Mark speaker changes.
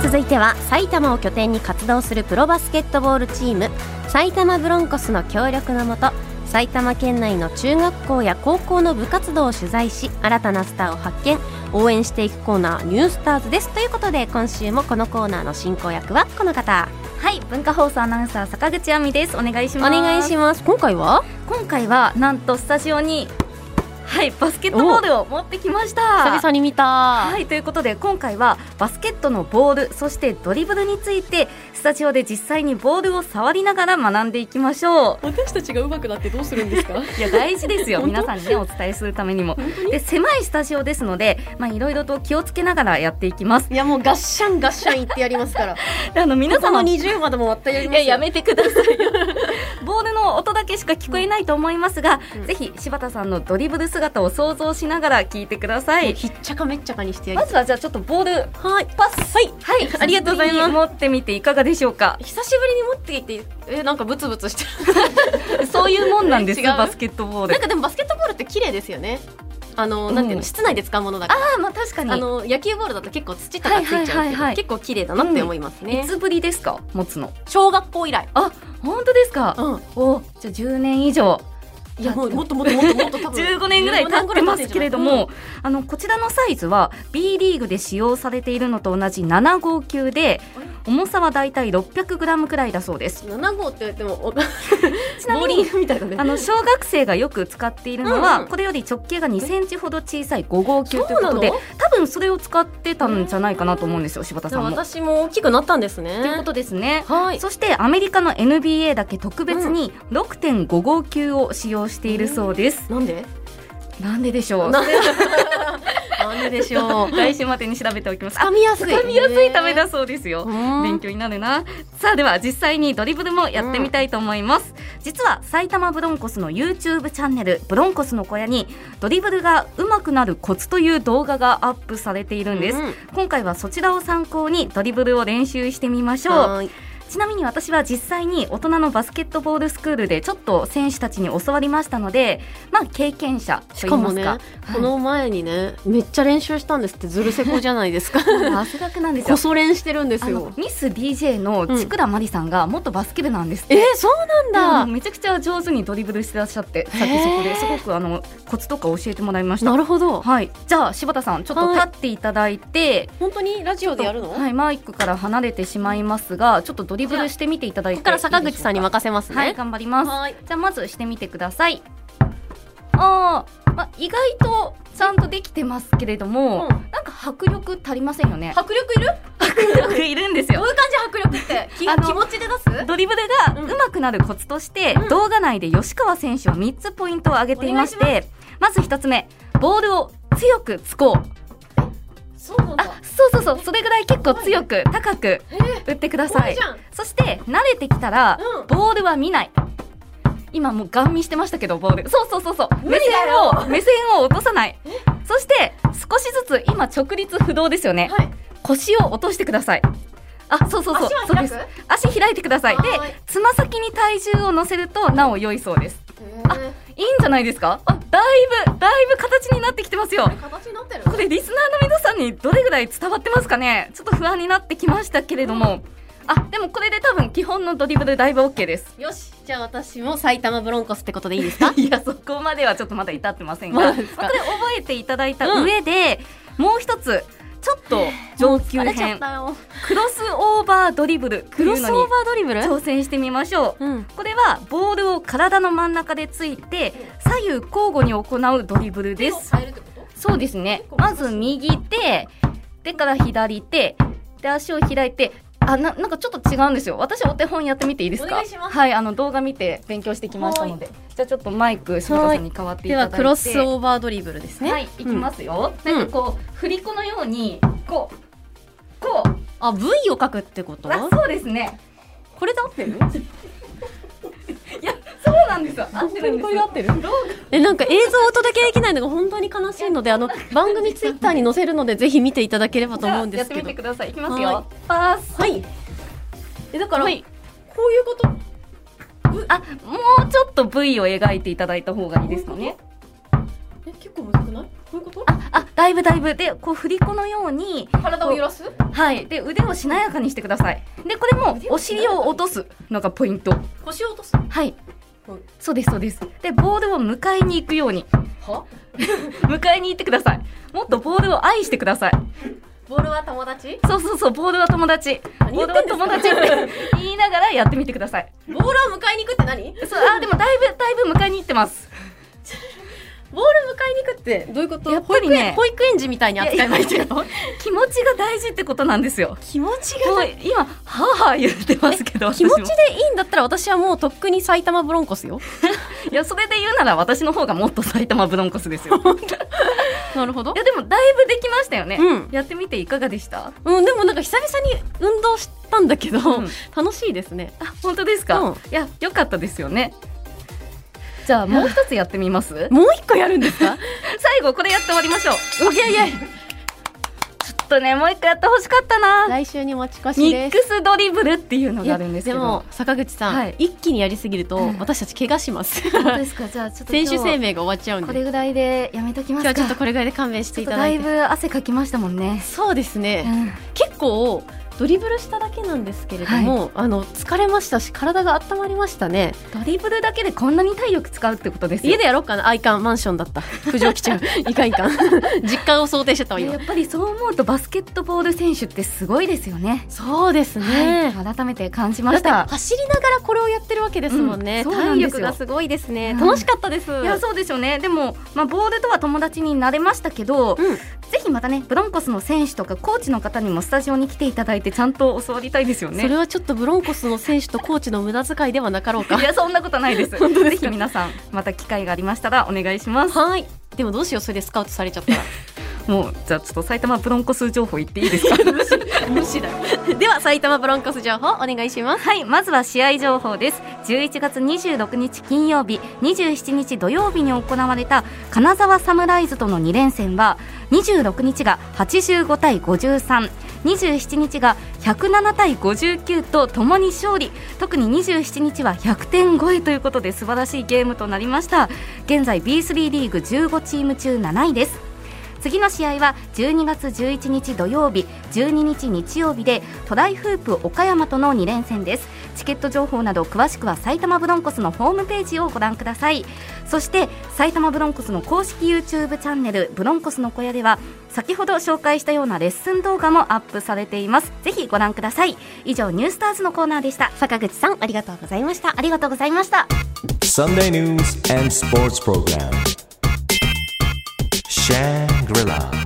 Speaker 1: 続いては埼玉を拠点に活動するプロバスケットボールチーム埼玉ブロンコスの協力のもと埼玉県内の中学校や高校の部活動を取材し新たなスターを発見応援していくコーナー「ニュースターズ」ですということで今週もこのコーナーの進行役はこの方
Speaker 2: はい文化放送アナウンサー坂口亜美ですお願いし
Speaker 1: お
Speaker 2: ます
Speaker 1: 願いします今回は
Speaker 2: 今回はなんとスタジオにはいバスケットボールを持ってきました
Speaker 1: に見た
Speaker 2: はいということで今回はバスケットのボールそしてドリブルについてスタジオで実際にボールを触りながら学んでいきましょう
Speaker 3: 私たちが上手くなってどうするんです か
Speaker 2: いや大事ですよ
Speaker 3: 本当
Speaker 2: 皆さんにねお伝えするためにもで狭いスタジオですのでまあいろいろと気をつけながらやっていきます
Speaker 3: いやもうガッシャンガッシャン言ってやりますから
Speaker 2: であの皆
Speaker 3: そ
Speaker 2: 様
Speaker 3: の20までも割ったやり
Speaker 2: い
Speaker 3: ます
Speaker 2: や
Speaker 3: よ
Speaker 2: やめてくださいよボールの音だけしか聞こえないと思いますが、ぜひ柴田さんのドリブル姿を想像しながら聞いてください
Speaker 3: ひっちゃかめっちゃかにしてやり
Speaker 2: まずはじゃあちょっとボール
Speaker 3: はいパスはい
Speaker 2: はい
Speaker 3: ありがとうございます
Speaker 2: 持ってみていかがでしょう か
Speaker 3: 久しぶりに持ってきてえなんかブツブツしてる
Speaker 2: そういうもんなんです
Speaker 3: 違う
Speaker 2: バスケットボール
Speaker 3: なんかでもバスケットボールって綺麗ですよねあの、なんて
Speaker 2: う
Speaker 3: いう
Speaker 2: ん
Speaker 3: の室内で使うものだから
Speaker 2: ああまあ確か
Speaker 3: あ
Speaker 2: に
Speaker 3: の野球ボールだと結構土とかついちゃう
Speaker 2: はい
Speaker 3: けど、
Speaker 2: はいはいはい
Speaker 3: 結構綺麗だなって思いますね、
Speaker 2: いつぶりですか持つの
Speaker 3: 小学校以来
Speaker 2: 本当ですか、
Speaker 3: うん
Speaker 2: おじゃあ10年以上
Speaker 3: いやもうもっともっともっともっと多分
Speaker 2: 15年ぐらい経ってますけれども、あのこちらのサイズは B リーグで使用されているのと同じ7号級で重さはだいたい 600g くらいだそうです
Speaker 3: 7号って言ってもお
Speaker 2: ちな
Speaker 3: ボー
Speaker 2: み
Speaker 3: リ
Speaker 2: に
Speaker 3: ングみたいだ ね
Speaker 2: あの小学生がよく使っているのは、
Speaker 3: うんうん
Speaker 2: これより直径が2センチほど小さい5号級
Speaker 3: そ
Speaker 2: といううこ
Speaker 3: な
Speaker 2: と
Speaker 3: の
Speaker 2: で多分それを使ってたんじゃないかなと思うんですよ柴田
Speaker 3: じ
Speaker 2: さ
Speaker 3: ゃあ
Speaker 2: んも。と
Speaker 3: 私も大きくなったんですね
Speaker 2: いうことですね。
Speaker 3: はい
Speaker 2: そしてアメリカの NBA だけ特別に6.5号級を使用しているそうです。
Speaker 3: なんで
Speaker 2: なんででし ょう
Speaker 3: ななんででし ょう
Speaker 2: 来週までに調べておきます。あ
Speaker 3: 噛みやすい
Speaker 2: 噛みやすいためだそうですよ。勉
Speaker 3: 勉
Speaker 2: 強になるなさあでは実際にドリブルもやってみたいと思います、実は埼玉ブロンコスの YouTube チャンネル「ブロンコスの小屋」にドリブルが上手くなるコツという動画がアップされているんです、
Speaker 3: うん
Speaker 2: 今回はそちらを参考にドリブルを練習してみましょうちなみに私は実際に大人のバスケットボールスクールでちょっと選手たちに教わりましたのでまあ経験者
Speaker 3: し
Speaker 2: と
Speaker 3: か
Speaker 2: 言いま
Speaker 3: も
Speaker 2: す
Speaker 3: ね、
Speaker 2: か
Speaker 3: この前にねめっちゃ練習したんですってずるせこじゃない ですか
Speaker 2: 汗だくなんですよ
Speaker 3: こそ練してるんで
Speaker 2: あ
Speaker 3: す
Speaker 2: の
Speaker 3: よ
Speaker 2: ミス DJ の千倉麻里さんが元バスケ部なんですって
Speaker 3: えー、そう
Speaker 2: も
Speaker 3: な
Speaker 2: うん
Speaker 3: だ
Speaker 2: めちゃくちゃ上手にドリブルしてらっしゃってさっきそこですごくあのコツとか教えてもらいました
Speaker 3: なるほど
Speaker 2: はいじゃあ柴田さんちょっと
Speaker 3: はい
Speaker 2: 立っていただいて、
Speaker 3: 本当にラジオでやるの、
Speaker 2: はいマイクから離れてしまいますがちょっとドリブルしてみていただいて
Speaker 3: ここから坂口さんに任せます
Speaker 2: せ
Speaker 3: ね
Speaker 2: はい頑張ります
Speaker 3: はい
Speaker 2: じゃあまずしてみてくださいあー、まあ意外とちゃんとできてますけれども、
Speaker 3: うん
Speaker 2: なんか迫力足りませんよね
Speaker 3: 迫力いる
Speaker 2: 迫力いるんです
Speaker 3: どういう感じ迫力ってき
Speaker 2: あの
Speaker 3: 気持ちで出す
Speaker 2: ドリブルが上手くなるコツとして、
Speaker 3: ん
Speaker 2: 動画内で吉川選手は3つポイントを挙げていましてまず1つ目ボールを強くつこう
Speaker 3: そうなん
Speaker 2: あそうそうそうそれぐらい結構強く高く
Speaker 3: え
Speaker 2: 打
Speaker 3: ー
Speaker 2: ってくだ
Speaker 3: 怖
Speaker 2: さい
Speaker 3: じゃん
Speaker 2: そして慣れてきたら、
Speaker 3: うん
Speaker 2: ボールは見ない今もうガン見してましたけどボールそうそうそうそう
Speaker 3: 無
Speaker 2: 目
Speaker 3: 理
Speaker 2: 線
Speaker 3: だよ
Speaker 2: を目線を落とさないそして少しずつ今直立不動ですよね、
Speaker 3: はい
Speaker 2: 腰を落としてくださいあそうそうそう
Speaker 3: 足は開く
Speaker 2: そうです足開いてくださいで
Speaker 3: はい
Speaker 2: つま先に体重を乗せるとなお良いそうです
Speaker 3: え
Speaker 2: いいんじゃないですかあだいぶだいぶ形になってきてますよ
Speaker 3: ー形になってる
Speaker 2: これリスナーの皆さんにどれぐらい伝わってますかねちょっと不安になってきましたけれどもあでもこれで多分基本のドリブルだいぶ OK です
Speaker 3: よしじゃあ私も埼玉ブロンコスってことでいいですか
Speaker 2: いやそこまではちょっとまだ至ってませんが、
Speaker 3: ま
Speaker 2: ま
Speaker 3: だ
Speaker 2: あこれ
Speaker 3: ですか
Speaker 2: 覚えていただいた上で、もう一つちょっと上級
Speaker 3: 疲れちゃ
Speaker 2: 編
Speaker 3: ったよ
Speaker 2: クロスオーバードリブルと
Speaker 3: ク
Speaker 2: い
Speaker 3: ロ
Speaker 2: う
Speaker 3: スオ
Speaker 2: の
Speaker 3: ー
Speaker 2: に
Speaker 3: バードリブル
Speaker 2: 挑戦してみましょう
Speaker 3: うん
Speaker 2: これはボールを体の真ん中でついて左右交互に行うドリブルです。
Speaker 3: えるってこと
Speaker 2: そうですね。まず右手、手から左手、で足を開いて、あななんかちょっと違うんですよ。私お手本やってみていいですか。
Speaker 3: お願いします
Speaker 2: はい、あの動画見て勉強してきましたので、じゃあちょっとマイク柴田さんに代わってい
Speaker 3: で
Speaker 2: ただい
Speaker 3: は
Speaker 2: て。
Speaker 3: クロスオーバードリブルですね、
Speaker 2: はい、いきますよ。
Speaker 3: うん
Speaker 2: なんかこう振り子のようにこうこう
Speaker 3: あ V を書くってこと
Speaker 2: あそうですね。
Speaker 3: これで合ってる
Speaker 2: いやそうなんですよ。合ってるんですよ。
Speaker 3: てるえなんか映像をお届けできないのが本当に悲しいのであの番組ツイッターに載せるのでぜひ見ていただければと思うんですけ
Speaker 2: じゃあやってみてく
Speaker 3: ど
Speaker 2: ださい。いきます
Speaker 3: はい
Speaker 2: よ。パース。
Speaker 3: はいえだから、
Speaker 2: はい
Speaker 3: こういうこと
Speaker 2: あ、もうちょっと V を描いていただいた方がいいですかね。
Speaker 3: え結構むずくないどういうこと
Speaker 2: ああだいぶだいぶでこう振り子のように
Speaker 3: 体を揺らす
Speaker 2: はいで腕をしなやかにしてくださいでこれもお尻を落とすのがポイント
Speaker 3: 腰を落とす
Speaker 2: はい
Speaker 3: うん
Speaker 2: そうですそうですでボールを迎えに行くように
Speaker 3: は
Speaker 2: 迎えに行ってくださいもっとボールを愛してください
Speaker 3: ボールは友達
Speaker 2: そうそうそうボールは友達
Speaker 3: 何
Speaker 2: ボ
Speaker 3: 言
Speaker 2: ー
Speaker 3: っ
Speaker 2: ル
Speaker 3: て
Speaker 2: は
Speaker 3: んです
Speaker 2: 友
Speaker 3: か
Speaker 2: 達って 言いながらやってみてください
Speaker 3: ボールを迎えに行くって何ボール
Speaker 2: そうあでもだいぶだいぶ迎えに行ってます
Speaker 3: 迎えに行くってどういうこと
Speaker 2: やっぱりね
Speaker 3: 保育園保育園児みたいに扱いないけど
Speaker 2: 気持ちが大事ってことなんですよ
Speaker 3: 気持ち
Speaker 2: もう今はあはあ言ってますけど
Speaker 3: 気持ち
Speaker 2: 私
Speaker 3: で
Speaker 2: も
Speaker 3: いいんだったら私はもうとっくに埼玉ブロンコスよ
Speaker 2: いやそれで言うなら私の方がもっと埼玉ブロンコス ですよい
Speaker 3: なるほど
Speaker 2: やでもだいぶできましたよね、
Speaker 3: うん
Speaker 2: やってみていかがでした
Speaker 3: うんでもなんか久々に運動したんだけど、
Speaker 2: うん
Speaker 3: 楽しいですね
Speaker 2: あ本当ですか、
Speaker 3: うん
Speaker 2: いや良かったですよねじゃあもう一つやってみます
Speaker 3: もう一個やるんで すか
Speaker 2: 最後これやって終わりましょう
Speaker 3: オッケーイエイ
Speaker 2: ちょっとねもう一個やってほしかったな
Speaker 3: 来週に持ち越
Speaker 2: ミ
Speaker 3: し
Speaker 2: ッ
Speaker 3: です
Speaker 2: クスドリブルっていうのがあるんですけど
Speaker 3: いやでも坂口さん、
Speaker 2: はい
Speaker 3: 一気にやりすぎると
Speaker 2: うん
Speaker 3: 私たち怪我します
Speaker 2: 本当ですかじゃあちょっと今
Speaker 3: 選
Speaker 2: 日
Speaker 3: 手生命が終わっちゃうん
Speaker 2: こ
Speaker 3: で
Speaker 2: れぐらいでやめときま
Speaker 3: 今日
Speaker 2: す
Speaker 3: はちょっ
Speaker 2: か
Speaker 3: とこれぐらいで勘弁していただ
Speaker 2: だ
Speaker 3: い
Speaker 2: い
Speaker 3: て
Speaker 2: ぶ汗かきましたもんね、
Speaker 3: そうですね、
Speaker 2: うん
Speaker 3: 結構ドリブルしただけなんですけれども、あの疲れましたし体が温まりましたね
Speaker 2: ドリブルだけでこんなに体力使うってことですよ
Speaker 3: 家でやろうかなアイカンマンションだ った苦情来ちゃういかんいかん実家を想定してたわ
Speaker 2: いや
Speaker 3: 今
Speaker 2: やっぱりそう思うとバスケットボール選手ってすごいですよね。
Speaker 3: そうです
Speaker 2: はい、
Speaker 3: ね、
Speaker 2: 改めて感じ
Speaker 3: だ
Speaker 2: ま
Speaker 3: っ
Speaker 2: してた。
Speaker 3: 走りながらこれをやってるわけですもんね、
Speaker 2: うんそうなん
Speaker 3: 体
Speaker 2: ですよ
Speaker 3: 力がすごいですね、
Speaker 2: うん
Speaker 3: 楽しかったです
Speaker 2: いやそうですよねでも、まあ、ボールとは友達になれましたけど、
Speaker 3: うん
Speaker 2: ぜひまたねブロンコスの選手とかコーチの方にもスタジオに来ていただいてちゃんと教わりたいですよね。
Speaker 3: それはちょっとブロンコスの選手とコーチの無駄遣いではなかろうか
Speaker 2: いやそんなことないです
Speaker 3: 本当で
Speaker 2: ぜ
Speaker 3: すか
Speaker 2: ひ皆さんまた機会がありましたらお願いします
Speaker 3: はいでもどうしようそれでスカウトされち ゃったら
Speaker 2: もうじゃあちょっと埼玉ブロンコス情報言っていいですか
Speaker 3: 無視だ では埼玉ブロンコス情報お願いします
Speaker 2: はい、まずは試合情報です。11月26日金曜日、27日土曜日に行われた金沢サムライズとの2連戦は、26日が85対53、27日が107対59とともに勝利、特に27日は100点超えということで素晴らしいゲームとなりました。現在 B3 リーグ15チーム中7位です。次の試合は12月11日土曜日12日日曜日でトライフープ岡山との2連戦ですチケット情報など詳しくは埼玉ブロンコスのホームページをご覧くださいそして埼玉ブロンコスの公式 YouTube チャンネルブロンコスの小屋では先ほど紹介したようなレッスン動画もアップされていますぜひご覧ください以上ニュースターズのコーナーでした
Speaker 1: 坂口さんありがとうございました
Speaker 2: ありがとうございました
Speaker 4: Sunday news and sports program. Shangri-La.